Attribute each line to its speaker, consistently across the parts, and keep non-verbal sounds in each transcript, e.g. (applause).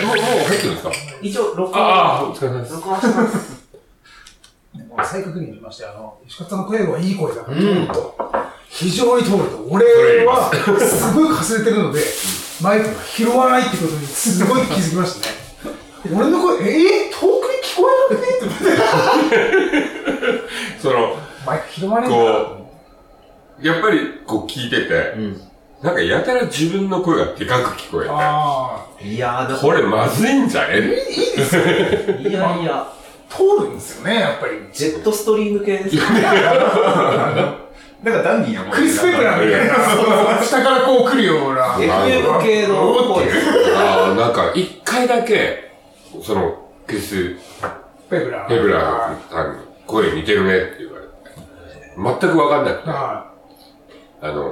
Speaker 1: えもう、もう入ってるんですか
Speaker 2: 一応、録音、
Speaker 1: ああ、お疲れ様です。
Speaker 2: 録音してます。
Speaker 3: 再確認にしまして、あの、石方さんの声はいい声だから、
Speaker 1: うん
Speaker 3: と非常に通ると、俺はすごいかすれてるので、マイクが拾わないってことにすごい気づきましたね。俺の声、えー、遠くに聞こえなくねって思って、
Speaker 1: その、
Speaker 3: マイク拾わないんだなと思って
Speaker 1: やっぱり、こう聞いてて、なんかやたら自分の声がでかく聞こえて、
Speaker 3: あ
Speaker 2: いやー、だ
Speaker 1: これまずいんじゃね
Speaker 3: あ、いいいですよ。
Speaker 2: いやいや、
Speaker 3: 通るんですよね、やっぱり。
Speaker 2: ジェットストリーム系ですね。
Speaker 4: なんかダンディーな声
Speaker 3: クリス・ペプラーみたいな、下からこう来るような。
Speaker 2: FM 系の声です。
Speaker 1: (laughs) ああ、なんか一回だけ、その、クリス・
Speaker 3: ペプラー。
Speaker 1: ヘブラーさんに声似てるねって言われて、全くわかんなくて、
Speaker 3: は
Speaker 1: あの、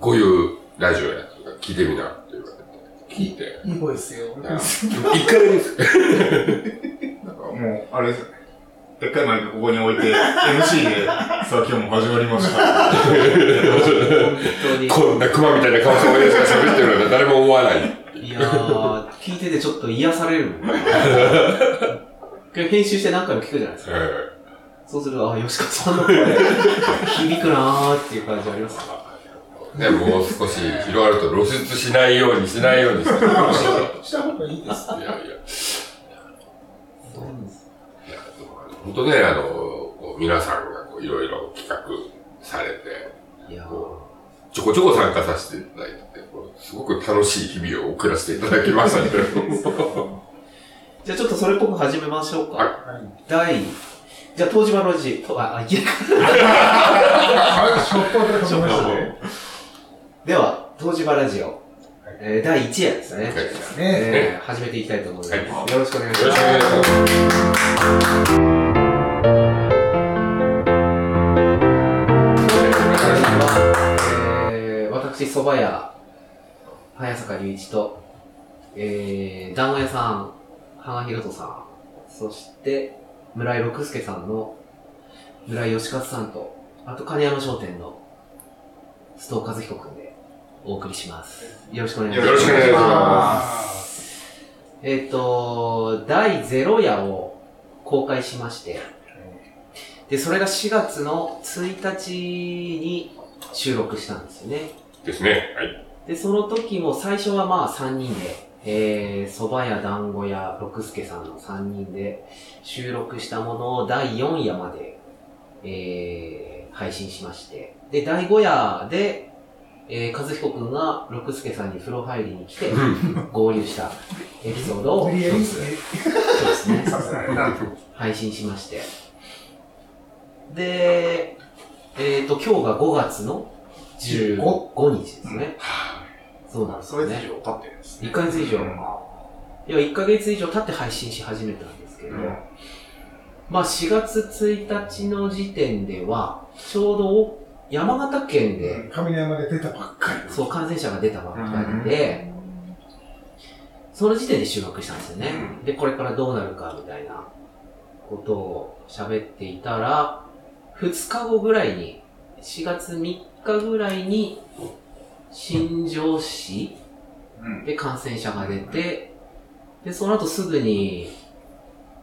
Speaker 1: こういうラジオやとか聞いてみなって言われて、聞い (laughs) て、
Speaker 3: い。いい声ですよ。
Speaker 1: あ一回だけです。
Speaker 4: もう、あれですよね。でっかいマイクここに置い (laughs) て、MC で、さあ今日も始まりました。
Speaker 2: 本
Speaker 1: こんな熊みたいな顔して俺たちが喋ってるなんて誰も思わない。
Speaker 2: 当に。いやー、聞いててちょっと癒される。編集して何回も聞くじゃないですか。
Speaker 1: え
Speaker 2: そうすると、あ、吉川さんの声、響くなーっていう感じありますね
Speaker 1: えね、もう少し広がると露出しないようにしないようにして。いや
Speaker 3: した方がいいです。
Speaker 1: いや。いや、でも本当ね、あの、こう皆さんがこういろいろ企画されて、
Speaker 2: いやー。
Speaker 1: こうちょこちょこ参加させていただいてて、こうすごく楽しい日々を送らせていただきましたけれども。
Speaker 2: じゃあちょっとそれっぽく始めましょうか。
Speaker 1: はい
Speaker 2: 第、じゃあ、東島の字、とあ、あ、いや、
Speaker 3: あ、ショットで飛びましたね。
Speaker 2: では、東芝ラジオ、えー、第1夜ですね。
Speaker 3: ね
Speaker 2: えー、始めていきたいと思います。
Speaker 1: はい
Speaker 2: よろしくお願いし
Speaker 1: よ
Speaker 2: ま
Speaker 1: ろしくお願いします。
Speaker 2: す。えー、私、蕎麦屋、早坂隆一と、えー、団子屋さん、羽賀博人さん、そして、村井六輔さんの、村井義和さんと、あと金山商店の、須藤和彦くんで、お送りします。よろしくお願いします。
Speaker 1: よろしくお願いします
Speaker 2: えっ、と、第0夜を公開しまして、で、それが4月の1日に収録したんですよね。
Speaker 1: ですね。はい。
Speaker 2: で、その時も最初はまあ3人で、えー、蕎麦屋、団子屋、六助さんの3人で収録したものを第4夜まで、えー、配信しまして、で、第5夜で、えー、和彦くんが六助さんに風呂入りに来て合流したエピソードを
Speaker 3: 無理やり
Speaker 2: そうですね。
Speaker 3: させられた。
Speaker 2: 配信しまして。で、えっ、と、今日が5月の15日ですね。そうなんです
Speaker 4: そ
Speaker 2: よ
Speaker 4: れ以
Speaker 2: ね。
Speaker 4: 上経ってるんですね。
Speaker 2: 1ヶ月以上。いや、1ヶ月以上経って配信し始めたんですけど、
Speaker 4: うん
Speaker 2: まあ4月1日の時点では、ちょうど山形県で、
Speaker 3: 上山で出たばっかり。
Speaker 2: そう、感染者が出たばっかりで、その時点で収録したんですよね。で、これからどうなるかみたいなことを喋っていたら、2日後ぐらいに、4月3日ぐらいに、新庄市
Speaker 4: うん
Speaker 2: で感染者が出て、で、その後すぐに、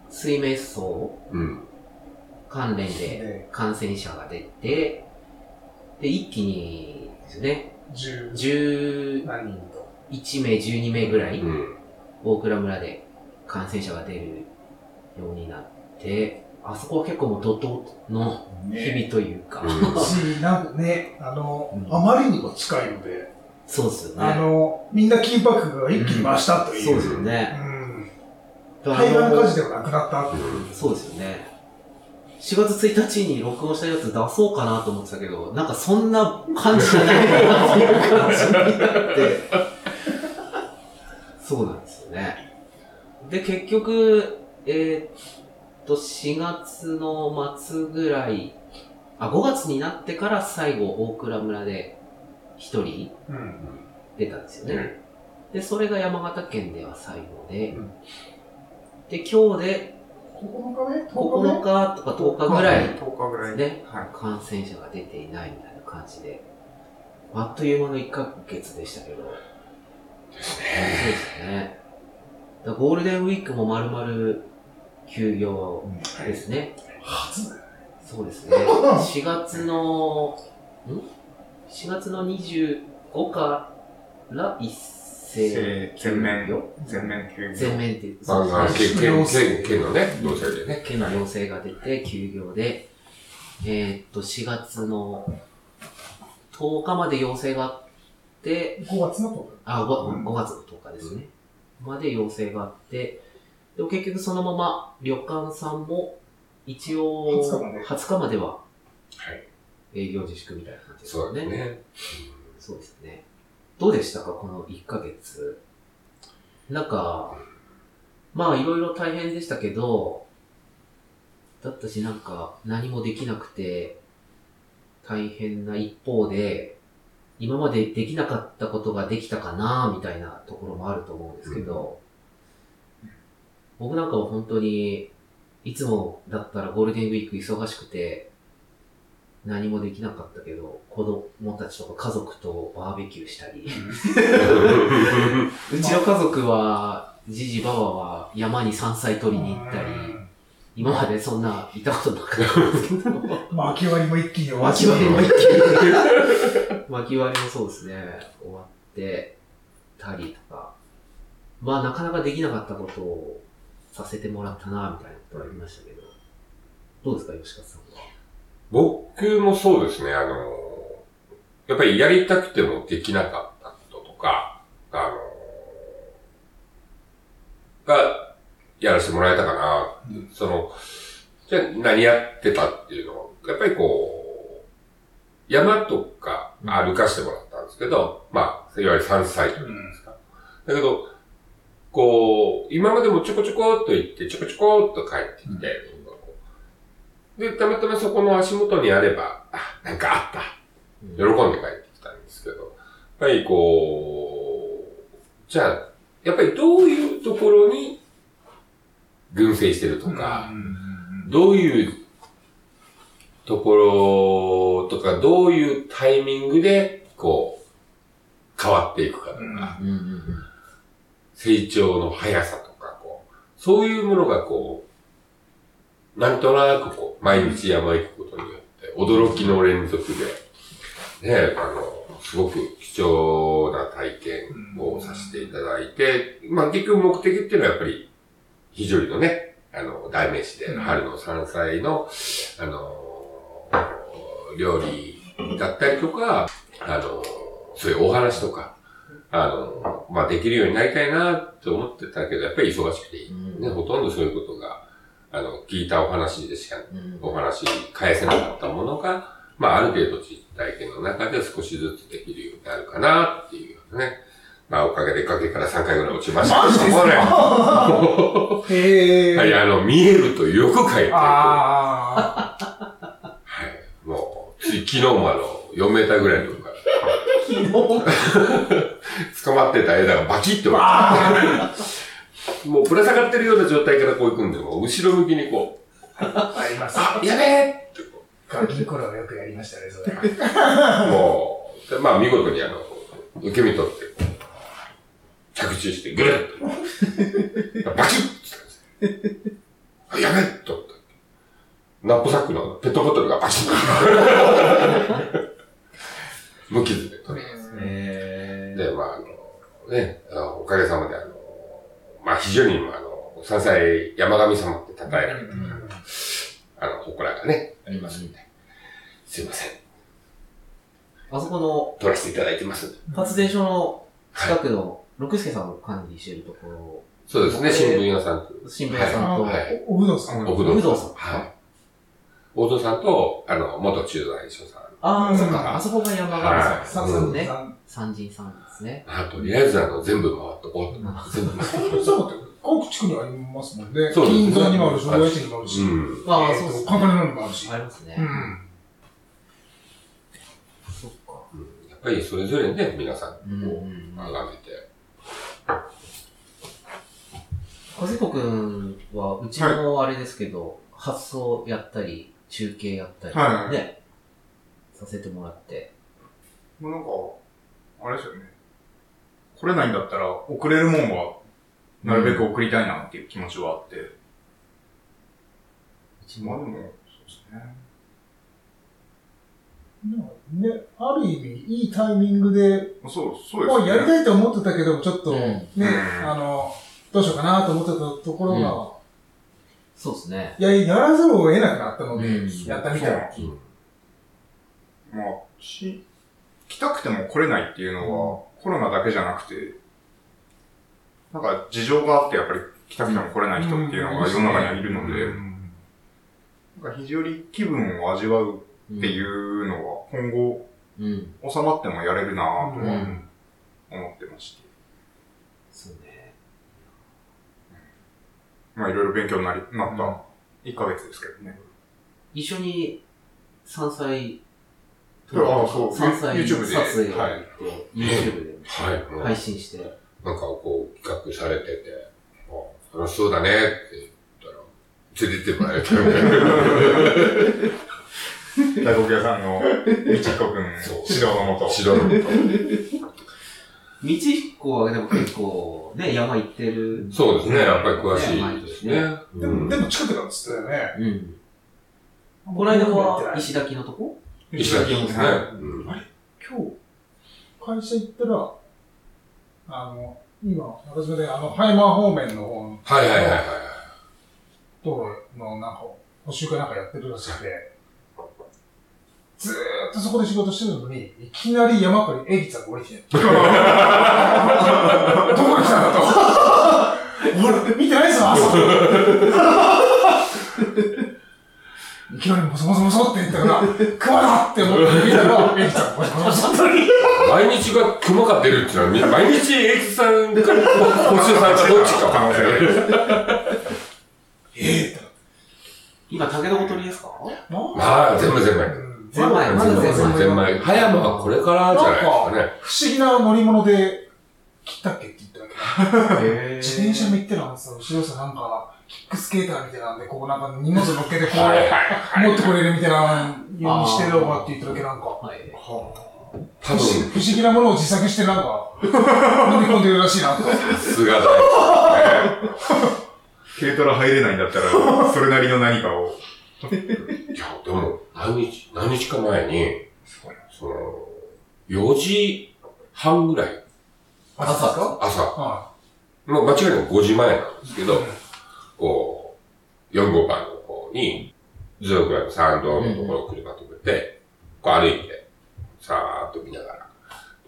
Speaker 2: 水明層
Speaker 1: うん。
Speaker 2: 関連で
Speaker 3: で、
Speaker 2: 感染者が出て、で、一気にですね、
Speaker 3: 十
Speaker 2: 10、
Speaker 3: 何人と。
Speaker 2: 1名、12名ぐらい、
Speaker 1: うん。
Speaker 2: 大蔵村で感染者が出るようになって、あそこは結構もう怒涛の日々というか、
Speaker 1: うん
Speaker 3: し、なんかね、あの
Speaker 2: う、ん
Speaker 3: あまりにも近いので、
Speaker 2: そうですよ
Speaker 3: あ
Speaker 2: ね。
Speaker 3: の、みんな緊迫感が一気に増したとい
Speaker 2: そう
Speaker 3: う。
Speaker 2: ですよね。
Speaker 3: うん
Speaker 2: だから
Speaker 3: 台湾火事ではなくなった。
Speaker 2: そうですよね。4月1日に録音したやつ出そうかなと思ってたけど、なんかそんな感じじゃないかなっていう感じになって、そうなんですよね。で、結局、えーっと、4月の末ぐらい、あ、5月になってから最後、大蔵村で1人
Speaker 3: うん
Speaker 2: 出たんですよね。で、それが山形県では最後で、
Speaker 3: うん
Speaker 2: で、今日で
Speaker 3: 9日目 ?10
Speaker 2: 9
Speaker 3: 日
Speaker 2: 日とか10日ぐらい
Speaker 4: 10日ぐらい。
Speaker 2: ね
Speaker 4: はい。
Speaker 2: 感染者が出ていないみたいな感じで、あっという間の1ヶ月でしたけど、そうですね。だからゴールデンウィークもまるまる休業ですね。
Speaker 3: 初だよ。
Speaker 2: そうですね。4月の、ん ?4 月の25から一斉
Speaker 4: せ全面
Speaker 2: よ。
Speaker 4: 全面休業。
Speaker 2: 全面っていう。
Speaker 1: まあまあ、
Speaker 2: そう
Speaker 1: 県、県、県、県のね、同社でね。
Speaker 2: 県の要請が出て休業で、えーっと、4月の10日まで要請があって、
Speaker 3: 5月のとこ
Speaker 2: あ、5, 月の10日ですね。まで要請があって、でも結局そのまま旅館さんも一応
Speaker 3: 20日まで
Speaker 2: 20日までは
Speaker 1: はい
Speaker 2: 営業自粛みたいな感じです
Speaker 1: そ
Speaker 2: よ
Speaker 1: うだ
Speaker 2: ね。
Speaker 1: ね。
Speaker 2: そうですね。どうでしたか、この1ヶ月。なんか、まあいろいろ大変でしたけど、だったしなんか何もできなくて大変な一方で、今までできなかったことができたかなみたいなところもあると思うんですけど、僕なんかは本当に、いつもだったらゴールデンウィーク忙しくて、何もできなかったけど、子供たちとか家族とバーベキューしたり。 (laughs) うちの家族は、じじばばは山に山菜取りに行ったり、今までそんな、行ったことなかったんですけど、
Speaker 3: まあ、秋割りも一気に終わっ
Speaker 2: 巻
Speaker 3: ち
Speaker 2: き
Speaker 3: ゃう
Speaker 2: 割りも一気に。 (laughs) 巻き割りもそうですね、終わってたりとか、まあなかなかできなかったことをさせてもらったな、みたいなことはありましたけど、どうですか、吉川さんは。
Speaker 1: 僕もそうですね、あの、やっぱりやりたくてもできなかったこととか、あの、が、やらせてもらえたかな。その、じゃあ何やってたっていうのを、やっぱりこう、山とか歩かしてもらったんですけど、まあ、いわゆる山菜というんですか。だけど、こう、今までもちょこちょこっと行って、ちょこちょこっと帰ってきて、で、たまたまそこの足元にあれば、あ、なんかあった。喜んで帰ってきたんですけど、やっぱりこう、じゃあ、やっぱりどういうところに群生してるとか、
Speaker 4: うんうんうん
Speaker 1: どういうところとか、どういうタイミングで、こう、変わっていくかと
Speaker 4: うん
Speaker 1: か、
Speaker 2: うんうんうん
Speaker 1: 成長の速さとか、こう、そういうものがこう、なんとなくこう、毎日山行くことによって、驚きの連続で、ね、あの、すごく貴重な体験をさせていただいて、まあ結局目的っていうのはやっぱり、非常にのね、あの、代名詞で、
Speaker 4: うん
Speaker 1: 春の山菜の、あの、料理だったりとか、あの、そういうお話とか、あの、まあ、できるようになりたいなって思ってたけど、やっぱり忙しくていい。ね、ほとんどそういうことが、あの、聞いたお話でしか、
Speaker 2: うん
Speaker 1: お話返せなかったものが、まあ、ある程度実体験の中で少しずつできるようになるかなっていうね。まあ、おかげで崖から3回ぐらい落ちました。
Speaker 3: マジです
Speaker 1: これ
Speaker 3: かへえ。
Speaker 1: はい、あの、見えるとよく書いてある。
Speaker 3: あ
Speaker 1: はい。もう、つい昨日もあの、4メーターぐらいのとこから、捕まってた枝がバキッて折れた。もうぶら下がってるような状態からこう行くんで、もう後ろ向きにこう、
Speaker 3: あ。あります。
Speaker 1: あ、やべえってこ
Speaker 3: ガキの頃はよくやりましたね、それ。
Speaker 1: う、もう、でまあ見事にあの、受け身取って、着地してぐるっと。バキッって言ったんですよあやべえって思った。ナップサックのペットボトルがバシッ無傷で取れ
Speaker 2: え
Speaker 1: で、まあ、あの、ね、あのおかげさまで、あの、まあ、非常に、あの、山菜山神様って称えられてる、あの、祠がね、ありますんで、すいません、
Speaker 2: あそこの
Speaker 1: 取らせていただいてますんで。
Speaker 2: 発電所の近くの、六助さんを管理しているところ、
Speaker 1: そうですね、
Speaker 2: えー
Speaker 1: 新聞屋さんと。
Speaker 2: 新聞屋さんと、
Speaker 1: はい
Speaker 3: おうどんさん。
Speaker 1: 奥
Speaker 2: 有
Speaker 1: 堂
Speaker 2: 働
Speaker 1: さん。
Speaker 2: さん
Speaker 1: はい。大戸さんと、あの、元駐在所さん。
Speaker 2: ああ、そっ
Speaker 3: うん
Speaker 2: か、あそこが山
Speaker 1: は
Speaker 2: が
Speaker 1: い
Speaker 3: さ
Speaker 2: さん
Speaker 3: んさ
Speaker 2: そ
Speaker 3: ん
Speaker 2: うね。
Speaker 3: さん。
Speaker 2: 三人さんですね。
Speaker 1: あと、とりあえず、あの、全部回っとこうと。
Speaker 2: まあ
Speaker 1: 全部回っ
Speaker 3: そういうことって、各地区にありますもんね。
Speaker 1: そうですね
Speaker 3: 銀座にもあるし、大谷地にもあるし。
Speaker 1: うん。
Speaker 2: まあ、そうですね。
Speaker 3: カンカレのにもあるし。
Speaker 2: ありますね。
Speaker 3: うん。
Speaker 2: そっか。
Speaker 1: うんやっぱり、それぞれね、皆さん、こ
Speaker 2: うんうんうん
Speaker 1: う、眺めて。
Speaker 2: 和彦くんは、うちのあれですけど、発送やったり、中継やったり、
Speaker 4: はい
Speaker 2: ね、させてもらって。
Speaker 4: もうなんか、あれですよね。来れないんだったら、遅れるもんは、なるべく送りたいなっていう気持ちはあって。まあでも、そうですね。
Speaker 3: ね、ある意味、いいタイミングで、
Speaker 4: まあそう、そうです
Speaker 3: まあ、
Speaker 4: ね。
Speaker 3: やりたいと思ってたけど、ちょっと、
Speaker 2: うん
Speaker 3: ね、
Speaker 4: うん
Speaker 3: あの、どうしようかなと思ってたところが、
Speaker 2: そうですね。
Speaker 3: いや、やらざるを得なくなったので、
Speaker 2: うん
Speaker 3: やったみたいな。
Speaker 1: うん
Speaker 4: まあ、し、来たくても来れないっていうのは、コロナだけじゃなくて、なんか事情があってやっぱり来たくても来れない人っていうのが世の中にはいるので、なんか非常に気分を味わう
Speaker 2: っ。
Speaker 4: っていううのは、今後
Speaker 2: うん。
Speaker 4: 収まってもやれるなぁと
Speaker 3: う
Speaker 4: は
Speaker 2: ん
Speaker 4: 思ってまして、
Speaker 2: そうね。
Speaker 4: まあいろいろ勉強になり、なっ
Speaker 2: うん
Speaker 4: た1ヶ月ですけどね。
Speaker 2: 一緒に山菜
Speaker 4: ああそう
Speaker 2: 山菜
Speaker 4: YouTube で
Speaker 2: 撮影を
Speaker 4: は
Speaker 2: やって、YouTube
Speaker 1: はい。
Speaker 2: で配信して、
Speaker 1: なんかこう企画されてて、あ楽しそうだねって言ったら、連れてってもらえたみたいな。
Speaker 4: (laughs) 大黒屋さんのみちひこくん指導のもと。
Speaker 1: 知らなかっ
Speaker 2: 道彦はでも結構ね、山行ってる
Speaker 1: た。。そうですね、やっぱり詳しいですね。
Speaker 3: で
Speaker 1: う
Speaker 3: も、
Speaker 1: ん
Speaker 3: でも近くなんですよね。
Speaker 2: うん。この間は石垣のとこ
Speaker 1: 石垣
Speaker 4: に
Speaker 1: ですね。
Speaker 4: は
Speaker 1: うん
Speaker 3: 今日、会社行ったら、あの、今、私もね、あの、ハイマー方面の方の
Speaker 1: はいはいはいはい。
Speaker 3: 道路のなんか、補修かなんかやってるらしくて、ずーっとそこで仕事してるのに、いきなり山からエリツァが降りてきて、どこに来たんだと。俺、見てないっすわ、朝いきなりもそもそもそって言ったから、熊だって思って見たら、エリツァがボソボソボソって。
Speaker 1: 毎日が熊が出るっていうのはみ、毎日エイクさんか、補修さんかどっちか。
Speaker 4: 可能性ある。
Speaker 3: え
Speaker 2: 今、竹の子取りですか
Speaker 3: ーなんだ
Speaker 1: はい、全部全部。
Speaker 2: ゼンマイ
Speaker 3: まだゼンマイ
Speaker 1: 全米。葉山はこれからじゃないで
Speaker 3: 不思議な乗り物で、切ったっけって言ったわけ。
Speaker 2: へ
Speaker 3: 自転車も行ってたんですよ。後ろさ、なんか、キックスケーターみたいなんで、こうなんか荷物乗っけて、こ
Speaker 1: すかね。はいは
Speaker 3: う、
Speaker 1: いはい。
Speaker 3: 持ってこれるみたいな、ようにしてるのかって言っただけなんか。
Speaker 2: はい。
Speaker 1: 多
Speaker 3: 不思
Speaker 1: 分、
Speaker 3: 不思議なものを自作してなんか、乗り込んでるらしいな
Speaker 1: (laughs)
Speaker 3: と。
Speaker 1: さすがだね。
Speaker 4: 軽トラ入れないんだったら、それなりの何かを。
Speaker 1: いや、でも、何日、何日か前に、
Speaker 4: すごいな。
Speaker 1: その、4時半ぐらい、
Speaker 2: 朝
Speaker 3: ですか
Speaker 1: 朝、
Speaker 3: は
Speaker 1: まあ、間違いなく5時前なんですけど、こう、4号館の方に、ズークラの参道のところを車止めて、こう歩いて、さーっと見ながら、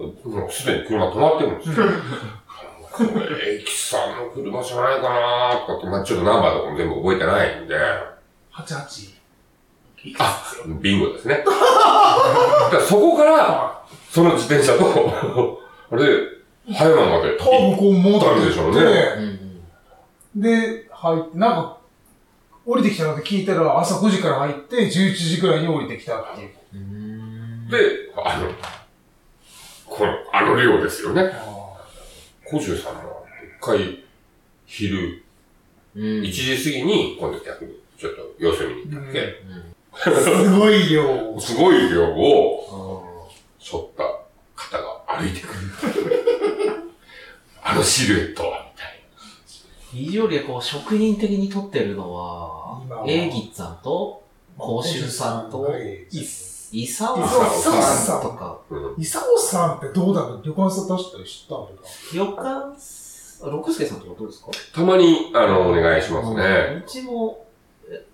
Speaker 1: もうすでに車止まってるんですよ。これ、エキさんの車じゃないかなーとかって、まあ、ちょっとナンバーとかも全部覚えてないんで、
Speaker 3: い。88。
Speaker 1: あ、ビンゴですね。だからそこから、
Speaker 3: は
Speaker 1: その自転車と、あれ、葉山まで
Speaker 3: い。多分こう戻
Speaker 1: 行ったん
Speaker 3: っ
Speaker 1: でしょう
Speaker 3: て
Speaker 1: ね。
Speaker 2: うん
Speaker 3: で、入って、なんか、降りてきたので聞いたら、朝5時から入って、11時くらいに降りてきたっていう。
Speaker 2: うんうん。
Speaker 1: で、あの、この、あの量ですよね。
Speaker 3: あ
Speaker 1: 小十さんも、一回、昼、
Speaker 2: うん
Speaker 1: 1時過ぎに、今度逆に、ちょっと様子見に行ったっけ、
Speaker 3: ーすごい量。
Speaker 1: すごい量を、
Speaker 2: あー
Speaker 1: しょった方が歩いてくる。 (laughs) あのシルエットは、みたい
Speaker 2: 非常にこう、職人的に撮ってるの
Speaker 3: 今
Speaker 2: は
Speaker 3: は、
Speaker 2: エーギッツさんと、甲州さんと、
Speaker 3: い
Speaker 2: 伊沢
Speaker 1: 伊沢
Speaker 2: さ
Speaker 3: さ
Speaker 2: ん
Speaker 3: ん
Speaker 2: とか、
Speaker 1: な。うん。
Speaker 3: 伊佐さんってどうだろう旅館さん出したり知ったのか
Speaker 2: 旅館、あ六助さんとかどうですか
Speaker 1: たまに、あの、お願いしますね。
Speaker 2: うんうちも、え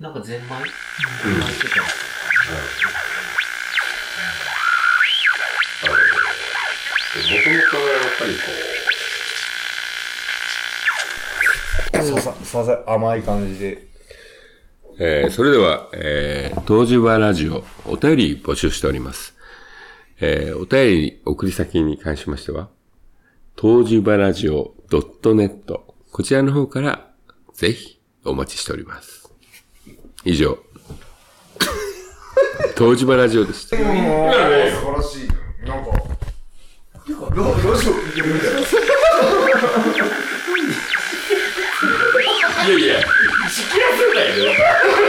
Speaker 2: なんかゼンマイ
Speaker 1: うん。
Speaker 2: マイしてた。
Speaker 1: あの、もともとやっぱりこ
Speaker 5: すいません、すいません、甘い感じで。
Speaker 1: う。えーそれでは、えー、東芝ラジオ、お便り募集しております。えーお便り送り先に関しましては、東芝ラジオ .net、こちらの方から、ぜひ、お待ちしております。以上。東芝ラジオでした。
Speaker 4: 素晴らしい。なんか、ララジオ聞いてるみたいな。
Speaker 1: いやいや、仕切らせないで。